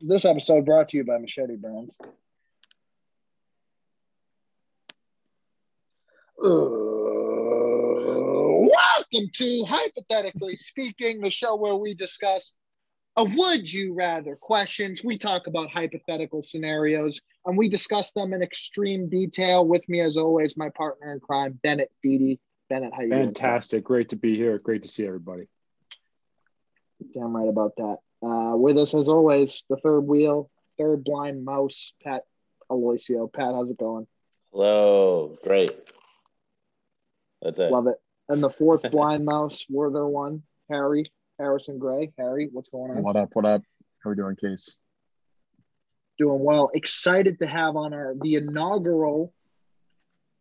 This episode brought to you by Machete Brands. Uh, welcome to Hypothetically Speaking, the show where we discuss a would you rather questions. We talk about hypothetical scenarios and we discuss them in extreme detail. With me, as always, my partner in crime, Bennett Beatty. Bennett, how you doing? Fantastic. Great to be here. Great to see everybody. Damn right about that. Uh, with us, as always, the third wheel, third blind mouse, Pat Aloisio. Pat, how's it going? Hello. Great. That's it. Love it. And the fourth blind mouse, Werther one, Harry Harrison Gray. Harry, what's going on? What up? What up? How we doing, Case? Doing well. Excited to have on our the inaugural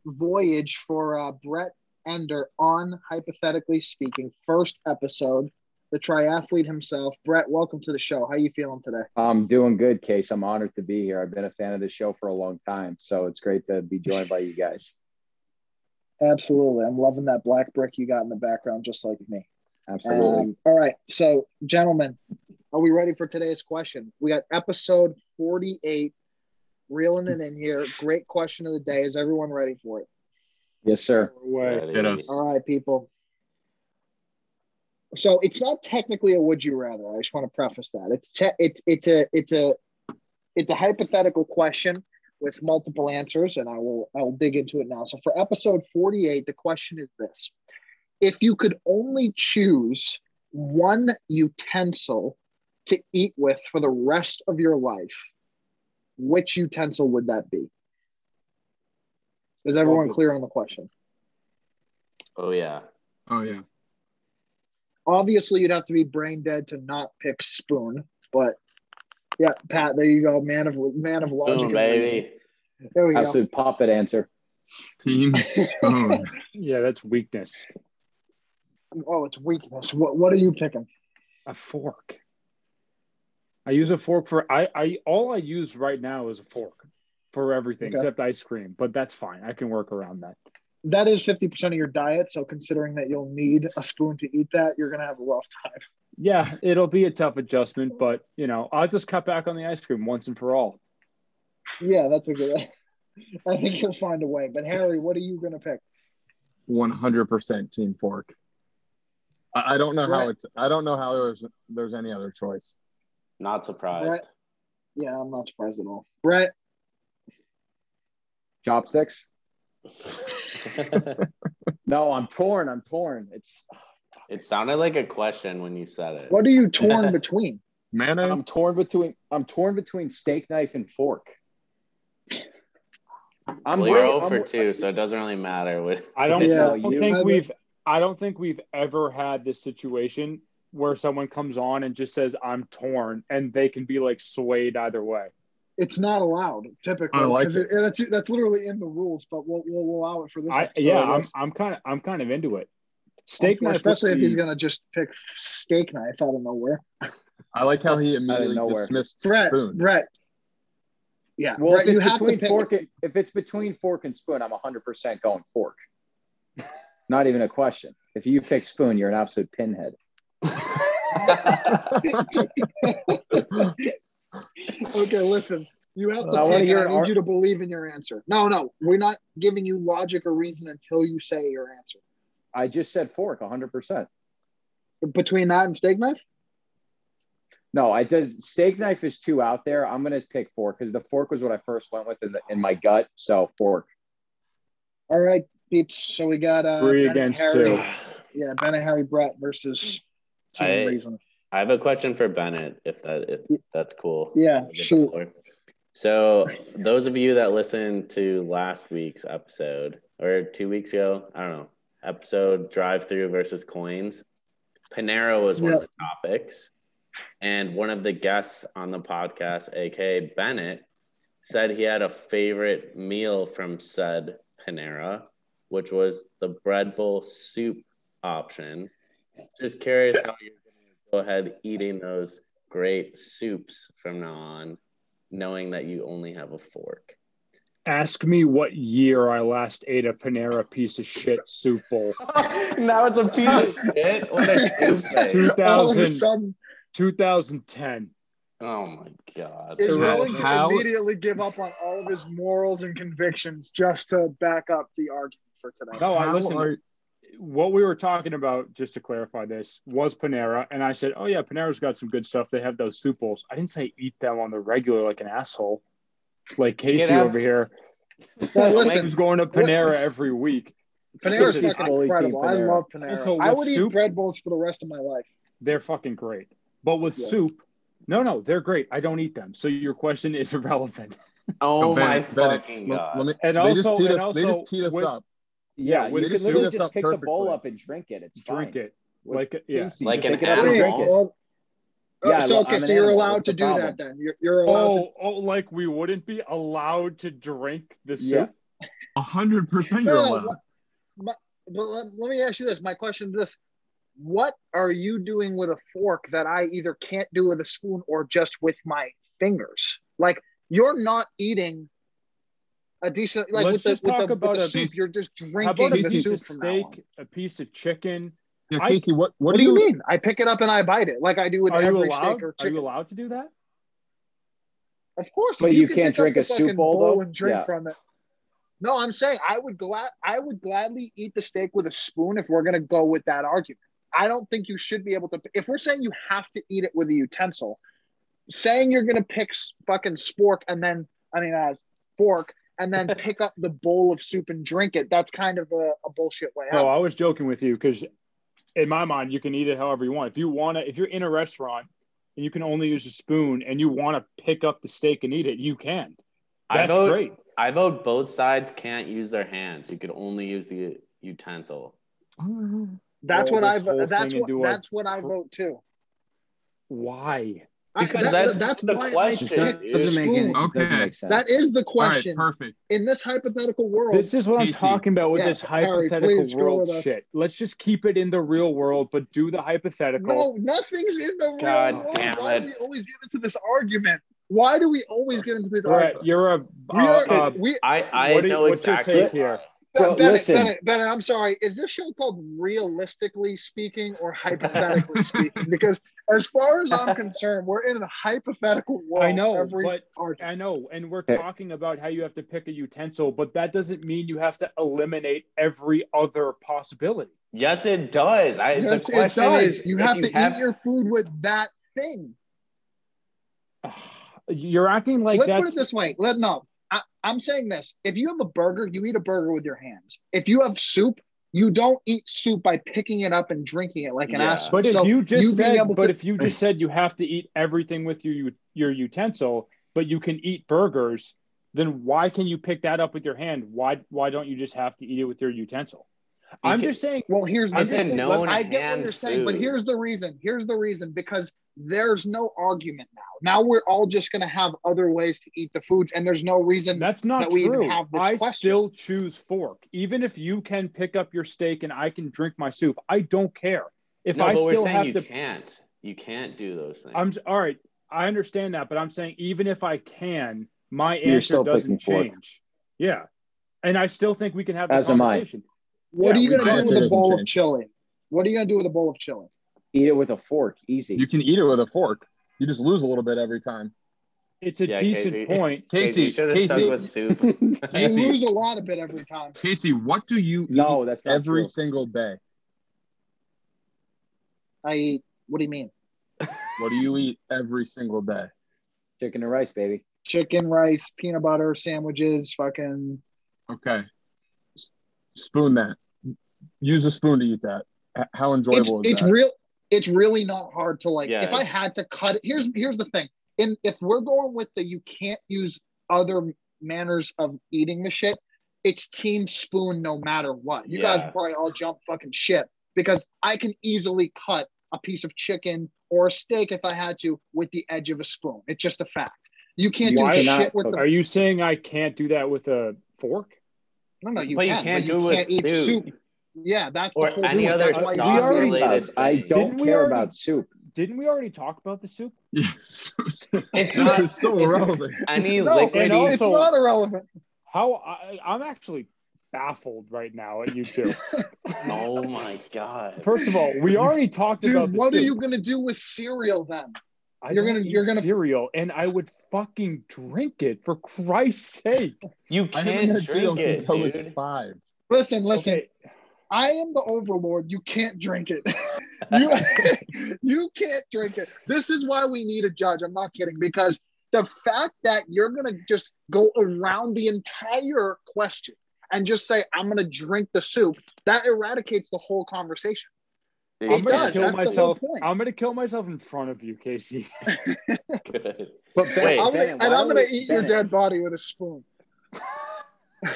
voyage for uh, Brett Ender on hypothetically speaking first episode. The triathlete himself, Brett. Welcome to the show. How you feeling today? I'm doing good, Case. I'm honored to be here. I've been a fan of the show for a long time, so it's great to be joined by you guys. Absolutely, I'm loving that black brick you got in the background, just like me. Absolutely. Um, all right. So, gentlemen, are we ready for today's question? We got episode 48, reeling it in here. Great question of the day. Is everyone ready for it? yes, sir. Way. hit us. All right, people. So it's not technically a would you rather. I just want to preface that it's te- it's it's a it's a it's a hypothetical question with multiple answers, and I will I will dig into it now. So for episode forty eight, the question is this: If you could only choose one utensil to eat with for the rest of your life, which utensil would that be? Is everyone clear on the question? Oh yeah. Oh yeah. obviously you'd have to be brain dead to not pick spoon but yeah pat there you go man of man of logic Boom, and reason. baby. there we go Absolute poppet answer. Team Stone. Yeah, that's weakness. oh it's weakness what what are you picking A fork. I use a fork for I I all I use right now is a fork for everything Okay. except ice cream, but that's fine. I can work around that. that is 50% of your diet so considering that you'll need a spoon to eat that you're gonna have a rough time Yeah, it'll be a tough adjustment, but you know, I'll just cut back on the ice cream once and for all. yeah that's a good i think you'll find a way but harry what are you gonna pick 100% Team Fork. I, I don't know Right. how it's. I don't know how there's there's any other choice. Not surprised. yeah i'm not surprised at all brett Chopsticks? No, I'm torn. I'm torn. It's it sounded like a question when you said it. what are you torn between Mayonnaise. I'm torn between I'm torn between steak knife and fork. I'm well, you're right- 0 I'm- for 2, so it doesn't really matter. What, I don't, Yeah, I don't you- think we've I don't think we've ever had this situation where someone comes on and just says I'm torn and they can be like swayed either way. it's not allowed typically I like 'cause it. that's, that's literally in the rules but we'll, we'll allow it for this I episode, yeah, I I'm guess. I'm kind of I'm kind of into it. Steak knife, especially if he's going gonna just pick steak knife out of nowhere. I like how he immediately nowhere. dismissed Brett, spoon. Brett. Yeah, Well, Brett, if you it's have to between pick. fork, and- if it's between fork and spoon, I'm 100% going fork. Not even a question. If you pick spoon, you're an absolute pinhead. Okay, listen. You have to. I I, wanna pick. hear I an need ar- you to believe in your answer. No, no, we're not giving you logic or reason until you say your answer. I just said fork 100%. Between that and steak knife, No, I does steak knife is too out there. I'm gonna pick fork because the fork was what I first went with in, the, in my gut. So fork. all right, peeps. So we got uh, Three Ben and against Harry. two. Yeah, Ben and Harry Brett versus Team I- Reason. I have a question for Bennett, if that if that's cool. Yeah, I'll give the shoot. floor. So those of you that listened to last week's episode or two weeks ago, I don't know, episode drive through versus coins, Panera was one of the topics. And one of the guests on the podcast, aka Bennett, said he had a favorite meal from said Panera, which was the bread bowl soup option. Just curious how you're going to go ahead eating those great soups from now on, knowing that you only have a fork. Ask me what year I last ate a Panera piece of shit soup bowl. now it's a piece of shit. What a soup All of a 2000, sudden, 2010. Oh my god. Is So, willing to how- immediately give up on all of his morals and convictions just to back up the argument for tonight. No, I How listen. are- what we were talking about, just to clarify this, was Panera, and I said, "Oh yeah, Panera's got some good stuff. They have those soup bowls." I didn't say eat them on the regular like an asshole, like Casey out. over here. Well, who's listen, going to Panera every week. Panera's This is fucking fully Team incredible. I Panera. love Panera. Also, I with would eat soup- bread bowls for the rest of my life. They're fucking great. But with Yeah. soup, no, no, they're great. I don't eat them. So your question is irrelevant. Oh Bennett, my Bennett, fucking let- god. let me- And they, also, just teed and us, they also just teed us with- up. Yeah, Yeah, with- you They can just literally teed us just up pick the bowl perfectly. up and drink it. It's drink fine. it. What's- Like, yeah. Casey, Like just an pick it up and Wait, animal. drink it. well, oh, Yeah, so well, okay, I'm so an you're animal. allowed What's to the do problem? that then. You're, you're allowed to. Oh, oh, like we wouldn't be allowed to drink the soup. Yeah. A hundred percent, No, you're no, allowed. what- my- but let, let me ask you this. My question is this: What are you doing with a fork that I either can't do with a spoon or just with my fingers? Like you're not eating a decent like Let's with the, with just the, talk with the about a- soup. You're just How about a drinking the piece of soup from now on. steak, a piece of chicken? Yeah, I- Casey, what, What, what, do you mean? I pick it up and I bite it like I do with Are you every allowed? steak or Are you chicken. allowed to do that? Of course, But if you can can't pick up drink the a soup fucking bowl, though? and drink Yeah. from it. No, I'm saying I would glad I would gladly eat the steak with a spoon if we're gonna go with that argument. I don't think you should be able to. If we're saying you have to eat it with a utensil, saying you're gonna pick s- fucking spork and then I mean uh, fork and then pick up the bowl of soup and drink it, that's kind of a, a bullshit way No, out. I was joking with you because in my mind, you can eat it however you want. If you want to, if you're in a restaurant and you can only use a spoon and you want to pick up the steak and eat it, you can. I That's vote great. I vote both sides can't use their hands. You could only use the utensil. That's Roll what I. this whole vo- That's thing what. into a- That's what I vote too. Why? I- Because that- that's the why I question, picked the dude. Doesn't make spoon. any Okay. doesn't make sense. That is the All right, question. perfect. in this hypothetical world, This is what I'm Casey. talking about with Yeah, this Harry, hypothetical please go world with us. shit. Let's just keep it in the real world, but do the hypothetical. no, nothing's in the God real world. damn Why it. do we always get into this argument? Why do we always get into this Brett, argument? you're a. We uh, are, uh, we, I, I What do you- know what's your exactly take why. here? Well, Bennett, listen. Bennett, Bennett, I'm sorry. Is this show called Realistically Speaking or Hypothetically Speaking? Because as far as I'm concerned, we're in a hypothetical world. I know, Every but argument. I know, and we're Hey. talking about how you have to pick a utensil, but that doesn't mean you have to eliminate every other possibility. Yes, it does. I Yes, the it question does. is you if have you to eat your food with that thing. You're acting like Let's that's put it this way. Let no. I, I'm saying this. If you have a burger, you eat a burger with your hands. If you have soup, you don't eat soup by picking it up and drinking it like an Yeah. asshole. But if So you just being said, able but to- if you just said you have to eat everything with your ut- your utensil, but you can eat burgers, then why can you pick that up with your hand? Why why don't you just have to eat it with your utensil? I'm can- just saying. well, here's the I'm it's a just- thing. known I get what hand you're saying, but food. here's the reason. Here's the reason because there's no argument now. Now we're all just going to have other ways to eat the food, and there's no reason. That's not that we even true. have this I question. still choose fork. Even if you can pick up your steak and I can drink my soup, I don't care. If no, I but we're still saying have you to, can't. You can't do those things. I'm s- all right. I understand that, but I'm saying even if I can, my You're answer still doesn't picking fork. change. Yeah, and I still think we can have As the am I. conversation. what are yeah, you we- going my to do answer with a doesn't bowl of change. chili? What are you going to do with a bowl of chili? Eat it with a fork. Easy. You can eat it with a fork. You just lose a little bit every time. It's a Yeah, decent Casey. point. you Casey, should have stuck Casey, with soup. You Casey. lose a lot of it every time. Casey, what do you eat no, that's not every true. single day? I eat. What do you mean? What do you eat every single day? Chicken and rice, baby. chicken, rice, peanut butter, sandwiches, fucking. Okay. S- Spoon that. Use a spoon to eat that. H- How It's, enjoyable is it's that? real. It's really not hard to like. Yeah. If I had to cut it, here's here's the thing. And if we're going with the you can't use other manners of eating the shit, it's team spoon no matter what. You Yeah. guys probably all jump fucking shit because I can easily cut a piece of chicken or a steak if I had to with the edge of a spoon. It's just a fact. You can't You do cannot shit with cook the. Are you saying I can't do that with a fork? No, no, you but you can. can't but do you it can't with eat soup. soup. Yeah, that's Or the whole any point. other That's why you sauce should be- related. About- I thing. don't Didn't we care already- about soup. Didn't we already talk about the soup? Yes. It's Soup not is so irrelevant. any No, liquidy. and also- it's not irrelevant. How I, I'm actually baffled right now at you two. oh my god. First of all, we already talked about Dude, the what soup. are you going to do with cereal then? I You're don't gonna- eat you're gonna- cereal, and I would fucking drink it for Christ's sake. You I haven't can't had cereal drink since it, I was dude. five. Listen, listen. Okay, I am the overlord. You can't drink it. you, you can't drink it. This is why we need a judge. I'm not kidding. Because the fact that you're going to just go around the entire question and just say, I'm going to drink the soup, that eradicates the whole conversation. I'm It gonna does. kill That's the whole myself. point. I'm gonna kill myself in front of you, Casey. Good. But Ben, I'm Wait. gonna, Bennett, and why I'm don't going to we- eat your Bennett, dead body with a spoon.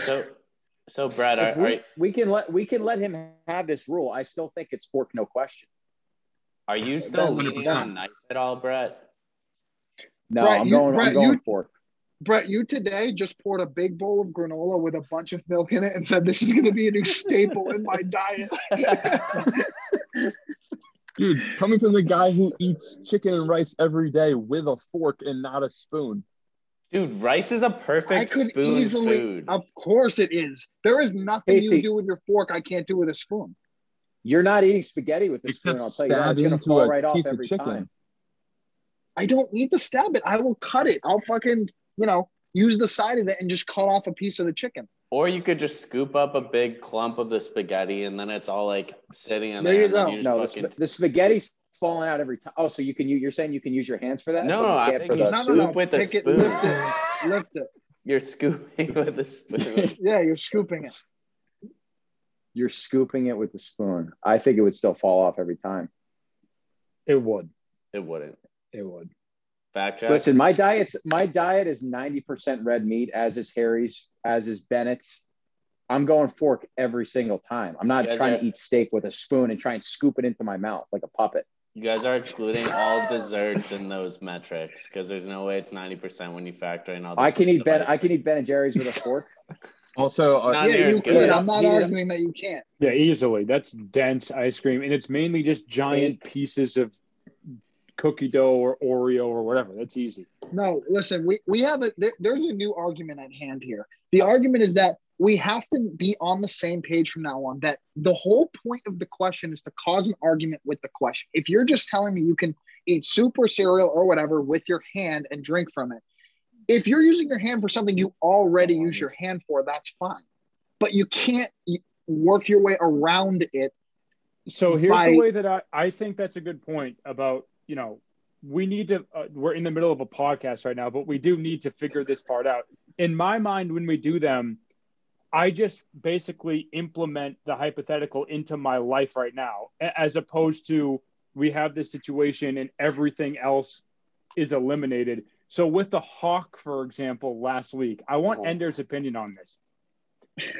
So, so Brad, if are, we, are we can let we can let him have this rule. I still think it's fork no question. are you still leaning 100%. on knife at all, Brett? No, Brett, I'm you- going. Brett, I'm going you- fork. Brett, you today just poured a big bowl of granola with a bunch of milk in it and said, This is going to be a new staple in my diet. Dude, coming from the guy who eats chicken and rice every day with a fork and not a spoon. Dude, rice is a perfect I could spoon easily- food. Of course it is. There is nothing Casey. you do with your fork I can't do with a spoon. You're not eating spaghetti with a spoon. Except I'll tell you that. stab It's gonna into fall a right off piece of every chicken. time. I don't need to stab it. I will cut it. I'll fucking, you know, use the side of it and just cut off a piece of the chicken. Or you could just scoop up a big clump of the spaghetti and then it's all like sitting on There you and then go. just No, the, fucking- sp- the spaghetti's falling out every time. Oh, so you can you, you're saying you can use your hands for that? No, But no, you I can't think for you the- No, no, no. scoop with a Pick it, spoon. Lift it. Lift it. you're scooping with a spoon. Yeah, you're scooping it. You're scooping it with the spoon. I think it would still fall off every time. it would. it wouldn't. It would. Fact check. Listen, my diet's my diet is 90% red meat, as is Harry's, as is Bennett's. I'm going fork every single time. I'm not Yes, trying I- to eat steak with a spoon and try and scoop it into my mouth like a puppet. you guys are excluding all desserts in those metrics because there's no way it's 90% when you factor in all the I can eat Ben. devices. I can eat Ben and Jerry's with a fork. Also, uh, Not Yeah, near as you good. could. I'm not Heat it up. arguing that you can't. Yeah, easily. That's dense ice cream, and it's mainly just giant pieces of cookie dough or Oreo or whatever. That's easy. No, listen, we, we have a, there, there's a new argument at hand here. The argument is that we have to be on the same page from now on, that the whole point of the question is to cause an argument with the question. If you're just telling me you can eat soup or cereal or whatever with your hand and drink from it, if you're using your hand for something you already use your hand for, that's fine. But you can't y- work your way around it. So here's By- the way that I, I think that's a good point about, you know, we need to, uh, we're in the middle of a podcast right now, but we do need to figure this part out. In my mind, when we do them, I just basically implement the hypothetical into my life right now, a- as opposed to we have this situation and everything else is eliminated. So with the hawk, for example, last week, I want Ender's opinion on this.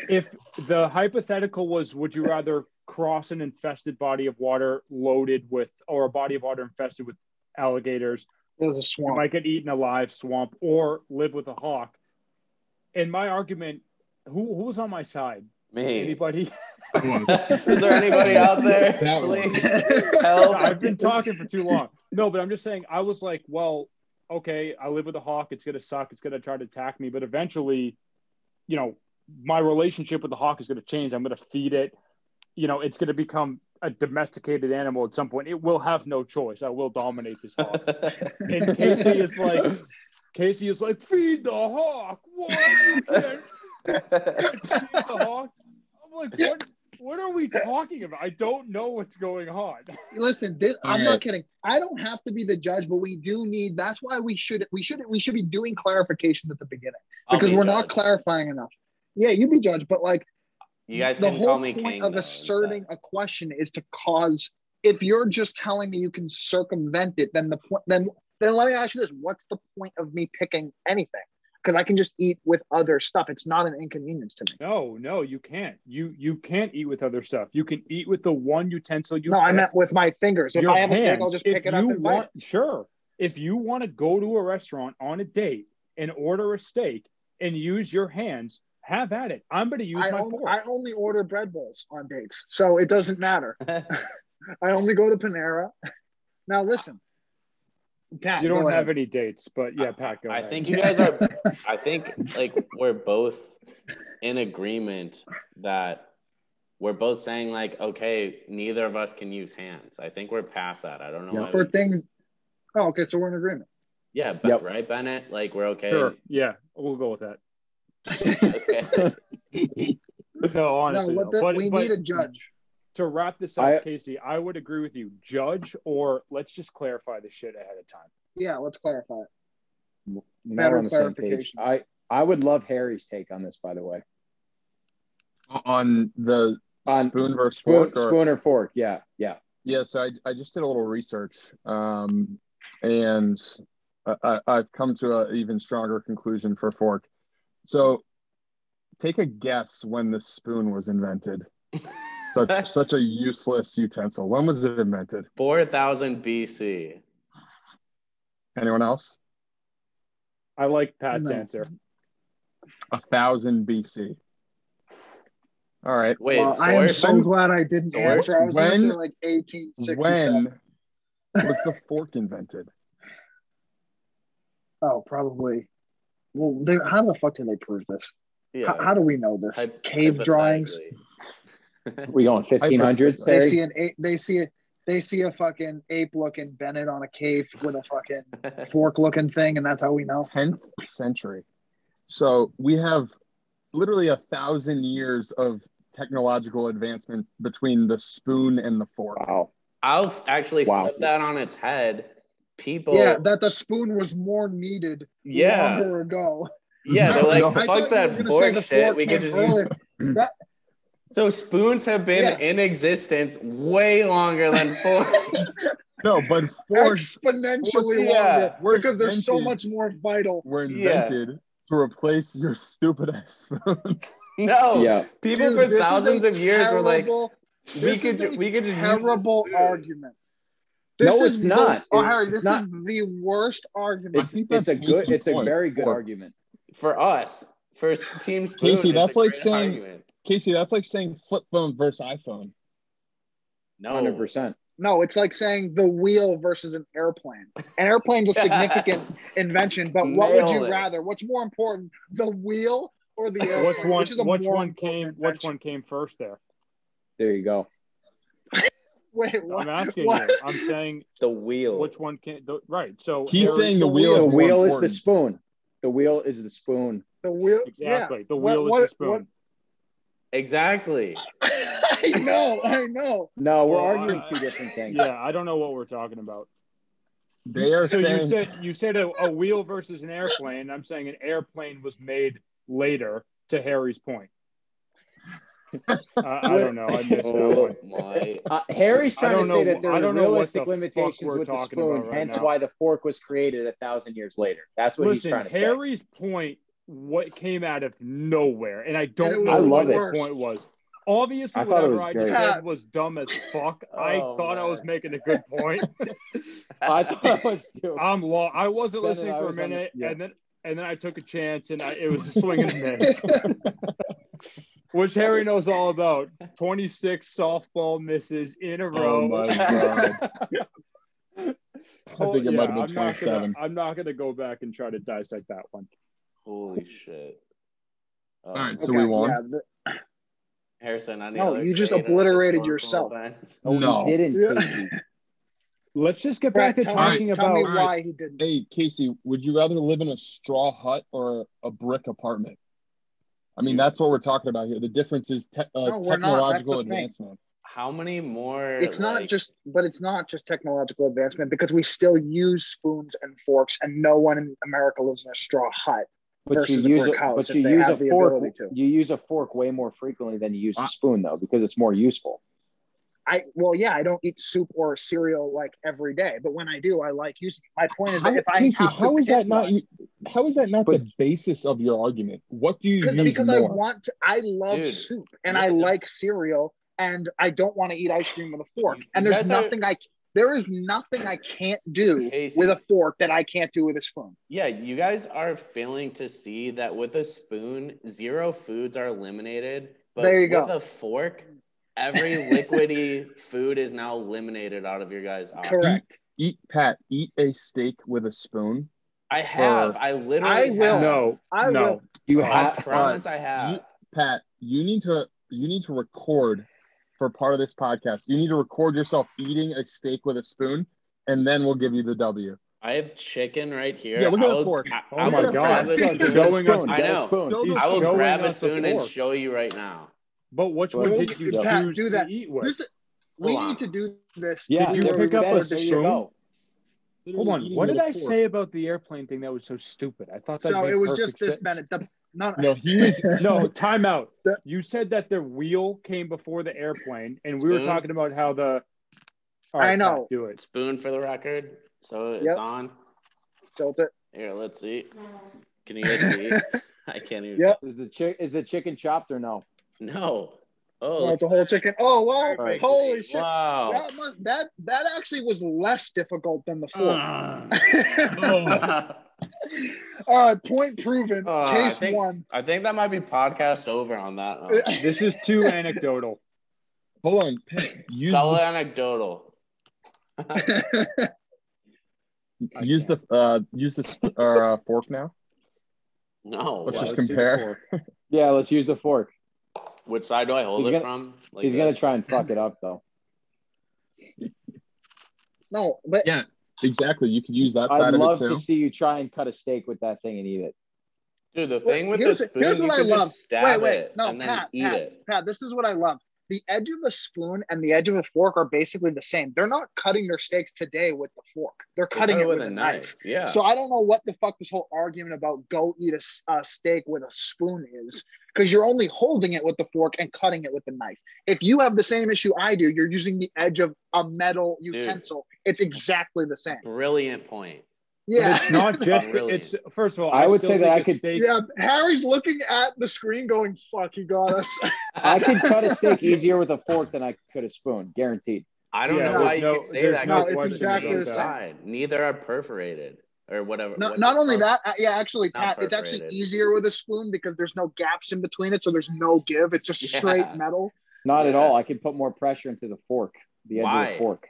If the hypothetical was, would you rather cross an infested body of water loaded with, or a body of water infested with alligators, There's a you swamp. might get eaten alive, swamp, or live with a hawk? In my argument, who who was on my side? Me. Anybody? Is there anybody out there? That one. Please help. No, I've been talking for too long. No, but I'm just saying, I was like, well, okay, I live with a hawk. It's going to suck. It's going to try to attack me. But eventually, you know, my relationship with the hawk is going to change. I'm going to feed it. You know, it's going to become a domesticated animal at some point. It will have no choice. I will dominate this hawk. And Casey is like, Casey is like, feed the hawk. What? You can't feed the hawk. I'm like, what? What are we talking about? I don't know what's going on. listen this, i'm Alright. not kidding i don't have to be the judge but we do need that's why we should we should we should be doing clarification at the beginning I'll because be we're not judged. clarifying enough yeah you be judged but like You guys the can call whole me point king. of though, asserting instead. a question is to cause if you're just telling me you can circumvent it then the point then then let me ask you this what's the point of me picking anything because i can just eat with other stuff it's not an inconvenience to me No, no, you can't. You you can't eat with other stuff. You can eat with the one utensil you. no i have. meant with my fingers if Your i have a steak i'll hands. just If pick it up you and bite want, Sure. If you want to go to a restaurant on a date and order a steak and use your hands, have at it. I'm going to use I my only, fork. I only order bread bowls on dates, so it doesn't matter. I only go to Panera. Now listen, Pat, you go don't ahead. have any dates, but yeah, Pat, go I ahead. think you guys are. I think like we're both in agreement that we're both saying like, okay, neither of us can use hands. I think we're past that. I don't know. Yeah. why for we- things Oh, okay. So we're in agreement. Yeah, but Yep. right, Bennett? Like we're okay. Sure. Yeah, we'll go with that. okay. No, honestly, no, though. let the, But- we but need a judge. to wrap this up, I- Casey. I would agree with you. Judge or let's just clarify the shit ahead of time. Yeah, let's clarify. it. Now we're on the same page. clarification. I I would love Harry's take on this, by the way. on the On spoon versus spoon, fork. Or, spoon or fork? Yeah, yeah. Yeah, so I, I just did a little research, um, and I, I, I've come to an even stronger conclusion for fork. So, take a guess when the spoon was invented. Such such a useless utensil. When was it invented? 4000 BC. Anyone else? I like Pat's No. answer. A thousand BC. All right. Wait, Wow, I am fork? so glad I didn't Source? answer. I was gonna say When- like 1867. When was the fork invented? Oh, probably. Well, they, how the fuck did they prove this? Yeah. How, how do we know this? Hy- Cave drawings. hypothetically. We going fifteen hundreds, They see Harry? an ape. They see it. They see a fucking ape looking Bennett on a cave with a fucking fork looking thing, and that's how we know. 10th century. So we have literally a thousand years of technological advancement between the spoon and the fork. Wow. I'll f- actually Wow. flip that on its head. People, Yeah, yeah, that the spoon was more needed yeah, longer ago. they're like, No, I thought you fuck were that gonna say fork the shit. fork We can came just use... earlier. so spoons have been Yeah. in existence way longer than forks. No, but forks exponentially Yeah. longer We're because they're so invented. much more vital. were Yeah. invented to replace your stupid ass spoon. no, Yeah. people Dude, for this is a thousands of years were like, terrible- we this could, is ju- a we could just use the terrible spoon. argument. No, it's the- not. oh, It's- Harry, it's this not- is the worst argument. It's, think it's that's a good. Casey's It's a point. very good Fork. argument. for us. For s- team spoon, Casey, it's that's a like great saying- argument. Casey, that's like saying flip phone versus iPhone. no, Hundred percent. No, it's like saying the wheel versus an airplane. An airplane's a significant invention, but what would you Nailed it. rather? What's more important, the wheel or the airplane? Which one? Which, is a Which more one came? important Which invention? one came first? There, There you go. Wait, what? I'm asking what? you. I'm saying the wheel. which one came? The, right. So He's Harry- saying the wheel, The is more wheel is the important. spoon. The wheel is the spoon. The wheel. exactly. The What- wheel is what- the spoon. what- exactly. Yeah. I know. I know. No, we're Well, arguing I- two different things. yeah, I don't know what we're talking about. They are So you saying said you said a, a wheel versus an airplane. I'm saying an airplane was made later. To Harry's point, I, I don't know. I missed that one. Oh my. Uh, Harry's I trying don't to say know- that there I are don't know what realistic the fuck limitations we're with the talking spoon, about right hence now. why the fork was created a thousand years later. That's what he's Listen, trying to say. Harry's point, what came out of nowhere, and I don't And it know was what the his worst. point was. Obviously, I thought it whatever was I great. just said was dumb as fuck. I Oh, thought I was man. making a good point. I thought it was too. I'm law. I wasn't Then listening I for was a on the- minute, yeah. and then and then I took a chance, and I, it was a swing and a miss, which Harry knows all about. Twenty six softball misses in a row. Oh my god. I think it Yeah, might have been I'm not gonna- 27. I'm not going to go back and try to dissect that one. Holy shit. All right, So we won? yeah, the- Harrison, I need No, to you just create a obliterated yourself. historical event. No. He no. didn't. Yeah. Casey. Let's just get Brett, back to tell, talking me, tell about me All right. why he didn't. Hey, Casey, would you rather live in a straw hut or a brick apartment? I mean, Dude. that's what we're talking about here. The difference is te- uh, No, we're not. That's the technological thing. advancement. How many more? It's not like- just, but it's not just technological advancement because we still use spoons and forks, and no one in America lives in a straw hut. But you Versus a use a brick house but if you they use a have the fork. ability to. You use a fork way more frequently than you use a Uh, spoon, though, because it's more useful. I well, yeah, I don't eat soup or cereal like every day, but when I do, I like using. it. My point is, How- that if I Casey, have to how is pick that not one- you? How is that not But- the basis of your argument? What do you Because- use because I more? want to, I love Dude, soup and yeah, I yeah. like cereal and I don't want to eat ice cream with a fork. And You there's guys are- nothing I there is nothing I can't do Casey. with a fork that I can't do with a spoon. Yeah, you guys are failing to see that with a spoon, zero foods are eliminated. But There you go. with a fork, every liquidy food is now eliminated out of your guys' options. Correct. eat Pat, eat a steak with a spoon. I have. I literally. I will. have. No, I no. will. You Oh, I have promise I have. Pat, you need to you need to record for part of this podcast. You need to record yourself eating a steak with a spoon and then we'll give you the W. I have chicken right here. Yeah, look at I that will- fork. I- Oh I my will God. grab a Showing spoon. us- I know. Spoon. Those I will showing grab a us the spoon and fork. show you right now. But which Well, one don't did do you that. choose Do to that. eat with? There's a- we Hold on. need to do this. Yeah, Did you there we pick up go. a There you go. Literally Hold on. eating What with did a I fork. say about the airplane thing that was so stupid? I thought that So made it was just perfect this, sense. Bennett. The, not, No, he was. No, timeout. That- You said that the wheel came before the airplane, and we were Spoon? talking about how the. All I know. Pat, Do it. Spoon for the record. So it's Yep. on. tilt it. Here, let's see. Can you guys see? I can't even. Yep. Is the chick is the chicken chopped or no? No. Oh, Oh, it's a whole chicken. Oh wow! perfect. Holy shit! Wow. That, must, that that actually was less difficult than the fork. Ugh. Oh. All right, point proven. Uh, I Case think- one. I think that might be podcast over on that. One. Uh, This is too anecdotal. Hold on. Pat, Use, Tell anecdotal. the, use the uh, use the sp- uh, fork now. No. Let's what? just let's see the compare. Yeah, let's use the fork. Which side do I hold He's it gonna- from? Like He's gonna this? try and fuck it up though. no, but Yeah. Exactly. You could use that I'd side love of it to too. see you try and cut a steak with that thing and eat it. Dude, the Wait, thing with the here's- spoon, here's you what I can love. just stab Wait, wait, it no, and then Pat, eat Pat. it. Pat, this is what I love. The edge of a spoon and the edge of a fork are basically the same. They're not cutting their steaks today with the fork. They're You cutting cut it with, a knife. Yeah. So I don't know what the fuck this whole argument about go eat a, s- a steak with a spoon is, because you're only holding it with the fork and cutting it with the knife. If you have the same issue I do, you're using the edge of a metal utensil. It's exactly the same. Brilliant point. Yeah. But it's not just. Brilliant. It's first of all, I would still say that think I a could- steak- Yeah, Harry's looking at the screen going, fuck, he got us. I could cut a steak easier with a fork than I could a spoon, guaranteed. I don't Yeah, know why there's you no- could say there's that. no because question it's exactly the the same same. side. Neither are perforated or whatever. No, what not the only fuck. that, uh, yeah, actually, Not Pat, it's actually perforated. easier with a spoon because there's no gaps in between it. So there's no give. It's just Yeah. straight metal. Not at Yeah. all. I could put more pressure into the fork, the edge of Why? the fork,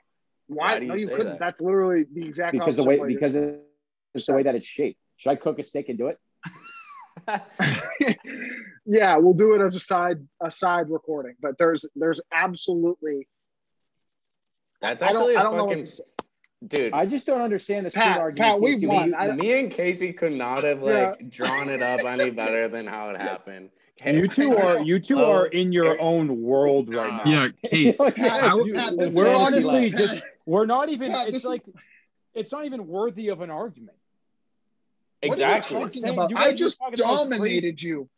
Why? Why do you no, you say couldn't. that? That's literally the exact because the opposite way of what you're because it's just the way that it's shaped. Should I cook a steak and do it? yeah, we'll do it as a side a side recording, but there's there's absolutely That's I actually don't a I don't know what fucking to say. dude. I just don't understand the spoon Pat, argument. Pat, we Casey. won. me, I- me and Casey could not have Yeah. like drawn it up any better than how it happened. You two are you two Slow. are in your own world right now. Yeah, Case. Yeah, I would- dude, Pat, it's this We're is- fantasy honestly land. just we're not even Yeah, this it's is- like it's not even worthy of an argument. what exactly. are you Saying talking about? you guys I were just talking about dominated you.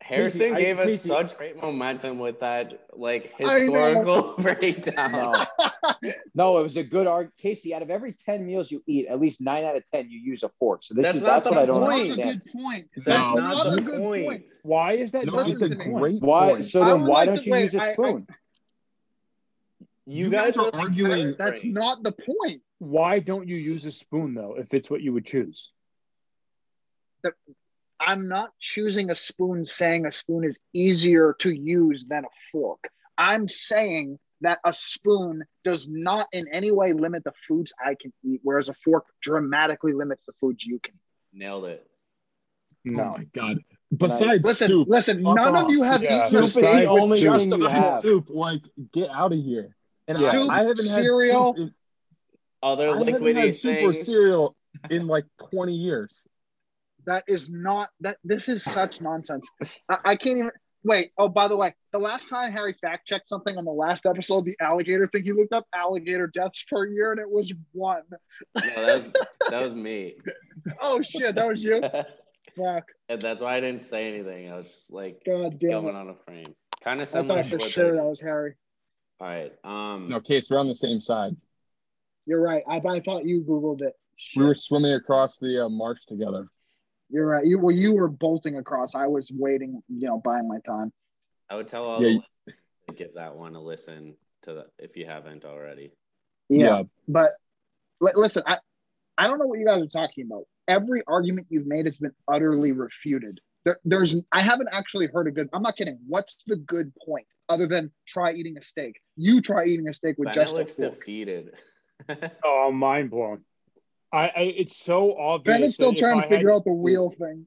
Harrison Casey, I- gave us Casey- such great momentum with that like I know. historical breakdown. No, no, it was a good argument. Casey, out of every 10 meals you eat, at least nine out of 10, you use a fork. So this That's is not that's the what I don't That was a understand. good point. That's not a good point. Why is that No, not it's listen a the to me. point? great Why? point. So I then would why like don't to- you wait, use a I- I- spoon? You, guys, are, like, arguing. That's Right. not the point. Why don't you use a spoon though if it's what you would choose? I'm not choosing a spoon saying a spoon is easier to use than a fork. I'm saying that a spoon does not in any way limit the foods I can eat, whereas a fork dramatically limits the foods you can eat. nailed it. Oh No. my god! Besides Listen, soup, listen, Fuck none off. of you have Yeah. eaten a Soup Soup is the steak with only just thing the you fork. have. soup, like get out of here. And I- Soup, I, haven't had cereal. Soup in, Other I haven't liquidy had soup or things. cereal in like twenty years. That is not that this is such nonsense. I, I can't even wait. Oh, by the way, the last time Harry fact checked something on the last episode, the alligator thing, he looked up alligator deaths per year and it was one. No, that was that was me. Oh shit, that was you. and Fuck. that's why I didn't say anything. I was just like God damn it. going on a frame. Kind of I similar thought for to what sure they- that was Harry. All right. Um No, case we're on the same side. You're right. I, I thought you Googled it. We were swimming across the uh, marsh together. You're right. You well, you were bolting across. I was waiting, you know, buying my time. I would tell all Yeah, the you- listeners to give that one a listen to the, if you haven't already. Yeah. But li- listen, I, I don't know what you guys are talking about. Every argument you've made has been utterly refuted. There, there's I haven't actually heard a good. I'm not kidding. What's the good point other than try eating a steak? You try eating a steak with Bennett just a looks fork. defeated. Oh, I'm mind blown. I, I it's so obvious. Bennett's still that if trying I to had- figure out the wheel thing.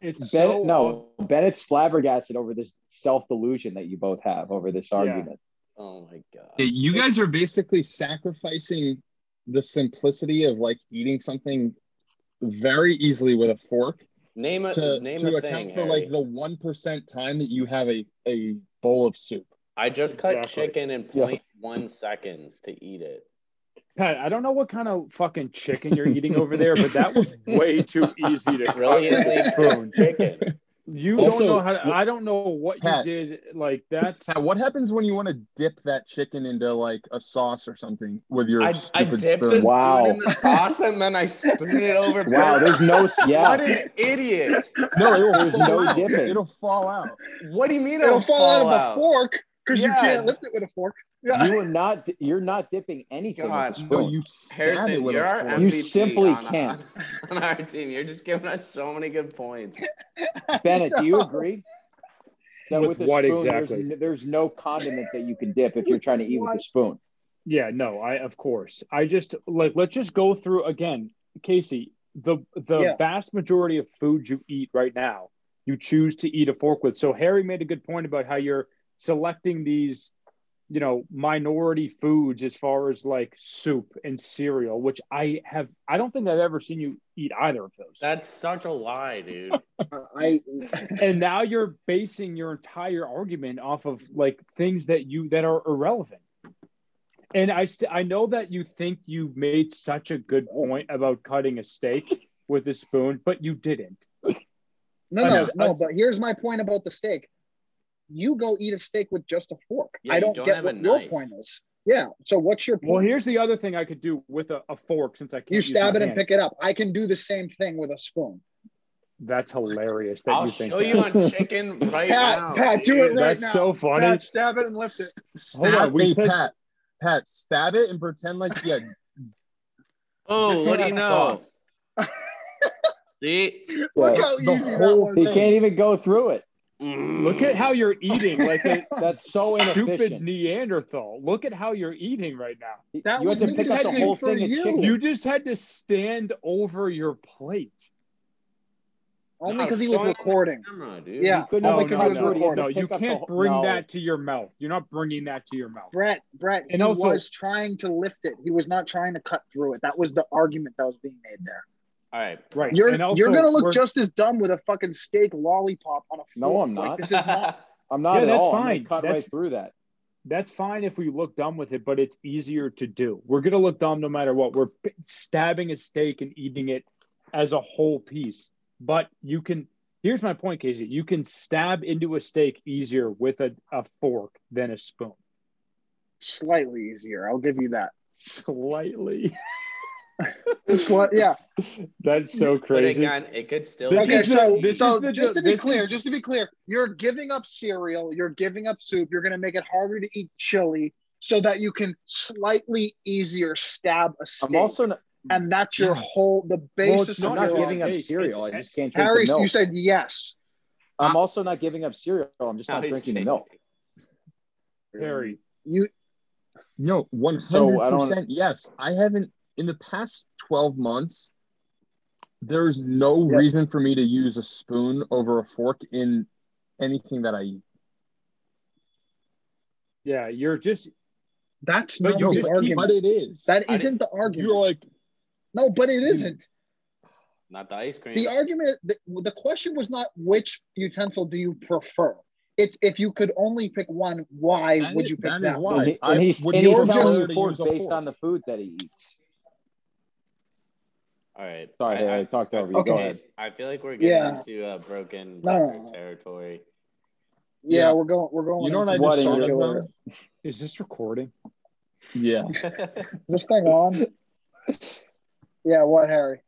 It's Bennett, so no, Bennett's flabbergasted over this self delusion that you both have over this argument. Oh my god. You guys are basically sacrificing the simplicity of like eating something very easily with a fork Name a to, name to a account thing. for Harry. like the one percent time that you have a, a bowl of soup. I just cut Exactly. chicken in Yeah. 0.1 seconds to eat it. Pat, I don't know what kind of fucking chicken you're eating over there, but that was way too easy to Brilliantly cut with a cooked spoon. chicken. You Also, don't know how. To, I don't know what Pat. you did. Like that's. Now, what happens when you want to dip that chicken into like a sauce or something with your I, I stupid dipped spoon? the spoon Wow. in the sauce and then I spooned it over. Wow, there's no What yeah. an idiot! No, it will There's fall no out. dipping. It'll fall out. What do you mean It'll fall out of a fork because Yeah. you can't lift it with a fork. Yeah. You are not you're not dipping anything God, with a No, spoon. you stab it Harrison, with you're a our fork. MVP You simply on, can't. on our team. You're just giving us so many good points. Bennett, do you agree? That With with, a what spoon, exactly? there's, n- there's no condiments that you can dip if you're trying to eat with a What? spoon. Yeah, no, I of course. I just like let's just go through again, Casey. The the Yeah. vast majority of food you eat right now, you choose to eat a fork with. So Harry made a good point about how you're selecting these, you know, minority foods as far as like soup and cereal, which I have I don't think I've ever seen you eat either of those. That's such a lie, dude. Uh, I and now you're basing your entire argument off of like things that you that are irrelevant and i st- i know that you think you made such a good point about cutting a steak with a spoon but you didn't no I know. no no. But here's my point about the steak. You go eat a steak with just a fork. Yeah, I you don't, don't get have a what your knife. point is. Yeah. So what's your point? well here's the other thing i could do with a, a fork since i can't you stab it and pick it up. I can do the same thing with a spoon. that's hilarious that I'll you think show that. you on chicken right Pat, now. Pat, do dude. it right that's now. so funny Pat, stab it and lift it. S- Stab, on, we hey, said- Pat, Pat, stab it and pretend like yeah. Oh, what do you know? Sauce. See, Look Yeah. how The easy that whole was. He thing. can't even go through it. look at how you're eating like a That's so stupid inefficient. neanderthal look at how you're eating right now That you had to was pick up the interesting whole for thing of you. chicken. you just had to stand over your plate Only No, because he show was him. recording. Mm. camera, dude. Yeah. You couldn't No, only no, come no, up with- you had to No, you pick up the can't whole- bring no. that to your mouth. You're not bringing that to your mouth. Brett, Brett, he And also- was trying to lift it. He was not trying to cut through it. That was the argument that was being made there. All right. Right. You're and also, you're gonna look we're- just as dumb with a fucking steak lollipop on a fork. No, I'm Like, not. this is not. I'm not Yeah, at that's all. I'm gonna fine. cut That's- right through that. That's fine if we look dumb with it, but it's easier to do. We're gonna look dumb no matter what. We're p- stabbing a steak and eating it as a whole piece. But you can. Here's my point, Casey. You can stab into a steak easier with a, a fork than a spoon. Slightly easier, I'll give you that. Slightly. This one, yeah. That's so But crazy. again, it could still. This okay, is the- so this so is the- just to be this is- clear, just to be clear, you're giving up cereal, you're giving up soup, you're gonna make it harder to eat chili so that you can slightly easier stab a steak. I'm also not, and that's your Yes. whole the basis I'm not of not your giving up It's- cereal. I it's- just can't drink Harry, the milk. you said yes. I'm also not giving up cereal. I'm just Now not he's drinking the shaking. milk. Harry, You No, one hundred So I percent. don't- Yes, I haven't in the past twelve months. There's no Yep. reason for me to use a spoon over a fork in anything that I eat. yeah, you're just that's But not you the just argument. but it is. that I isn't the You're argument. like No, but it isn't. Not the ice cream. The argument the, the question was not which utensil do you prefer? It's if you could only pick one, why That would is- you pick that that? is one? why. And, he, I and he's, would and he's prefer telling you to fork use a based fork. on the foods that he eats. All right. Sorry, I- Harry, I, I- talked I over you. feel- Go Okay. ahead. I feel like we're getting Yeah. into uh, broken No, no, no. territory. Yeah, Yeah. we're going we're going you know what I into What just in thought circular- about? is this recording? Yeah. Is this thing on? yeah, what Harry?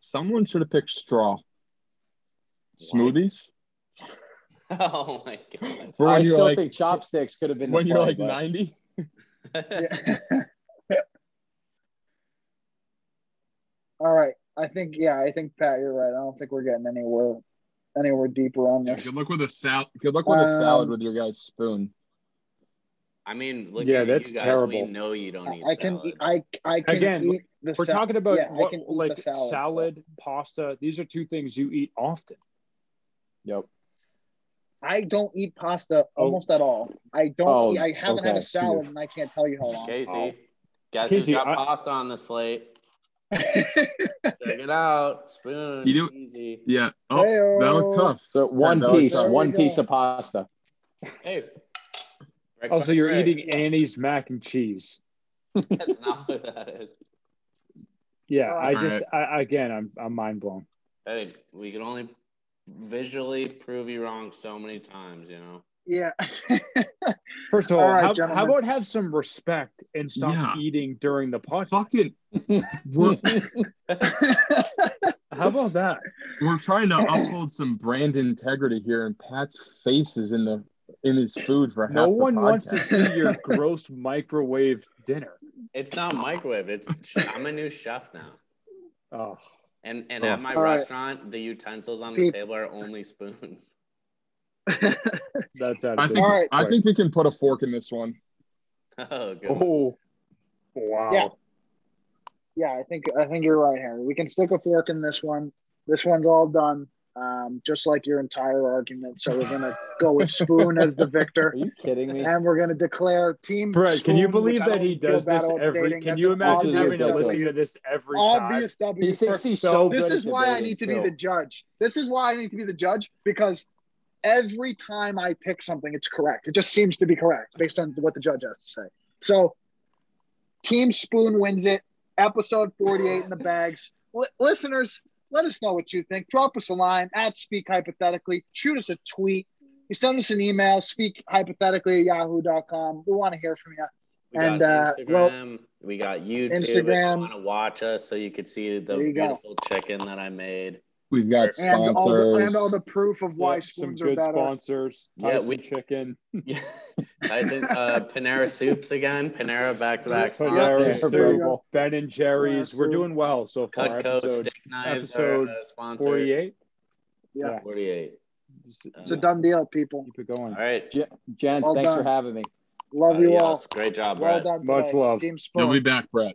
Someone should have picked straw. Smoothies? oh my god. For I when you're still like think chopsticks could have been. the when you're play, like but- 90. Yeah. All right. I think yeah, I think Pat, you're right. I don't think we're getting anywhere anywhere deeper on this. good luck with a salad. Good luck with a Um, salad with your guy's spoon. I mean, look Yeah, at that's you guys. terrible. We know you don't eat. I can salad. I I can Again, eat the We're sal- talking about yeah, I what, can eat like the salad, salad, pasta. These are two things you eat often. Yep. I don't eat pasta Oh. almost at all. I don't. Oh, eat, I haven't had okay. a salad, and I can't tell you how long. Casey, guys, who's Casey, got I- pasta on this plate? Check it out. Spoon. You do- easy. Yeah. Oh, that looked Heyo. tough. So one that piece, looks- There we one go. piece of pasta. Hey. Right Also, back, Oh, you're right. eating Annie's mac and cheese. That's not what that is. Yeah, Oh. I All just, I, again, I'm, I'm mind blown. Hey, we can only visually prove you wrong so many times, you know. Yeah. First of all, All right, how, gentlemen. how about have some respect and stop Yeah. eating during the podcast? Fucking. we're, How about that? we're trying to uphold some brand integrity here, and Pat's face is in the in his food for half No the one wants to podcast. see your gross microwave dinner. It's not microwave. It's I'm a new chef now. Oh, And and Oh. at my All right. restaurant, the utensils on the Peep. table are only spoons. that's out of I think business All right. I quick. think we can put a fork in this one. Oh, good. one. Oh, Wow. Yeah. yeah, I think I think you're right, Harry. We can stick a fork in this one. This one's all done, um, just like your entire argument. So we're gonna go with Spoon as the victor, are you kidding me? and we're gonna declare team. Brett, can you Spoon, which believe I that don't he feel does bad this about every? stating. Can That's you an imagine obvious having to W. listen to this every time? Obvious He W. thinks he's so, good. this at is why I debating, need to too. be the judge. This is why I need to be the judge because every time I pick something, it's correct. It just seems to be correct based on what the judge has to say. So, Team Spoon wins it. Episode 48 in the bags. L- listeners, let us know what you think. Drop us a line at Speak Hypothetically. Shoot us a tweet. You send us an email, speak hypothetically at yahoo.com. We want to hear from you. We got And, uh, Instagram. well- we got YouTube. If Instagram. you want to watch us, so you could see the There you go. beautiful chicken that I made. We've got And sponsors. all, the, and all the proof of why Yeah, some spoons are good better. sponsors. Yeah, Tyson we- Chicken. Yeah. Tyson, uh, Panera soups again. Panera back to back Panera Panera sponsors. soup. Soup, Burger. Ben and Jerry's. We're Soup. doing well so far. Cutco episode steak knives are episode uh, sponsor. 48. Yeah. Yeah. 48. It's a done deal, people. Keep it going. Uh, All right. Gents, Well thanks done. for having me. Uh, Love you Adios. all. Great job, Well Brett. done. Much today. love. Team Spoon. You'll be back, Brett.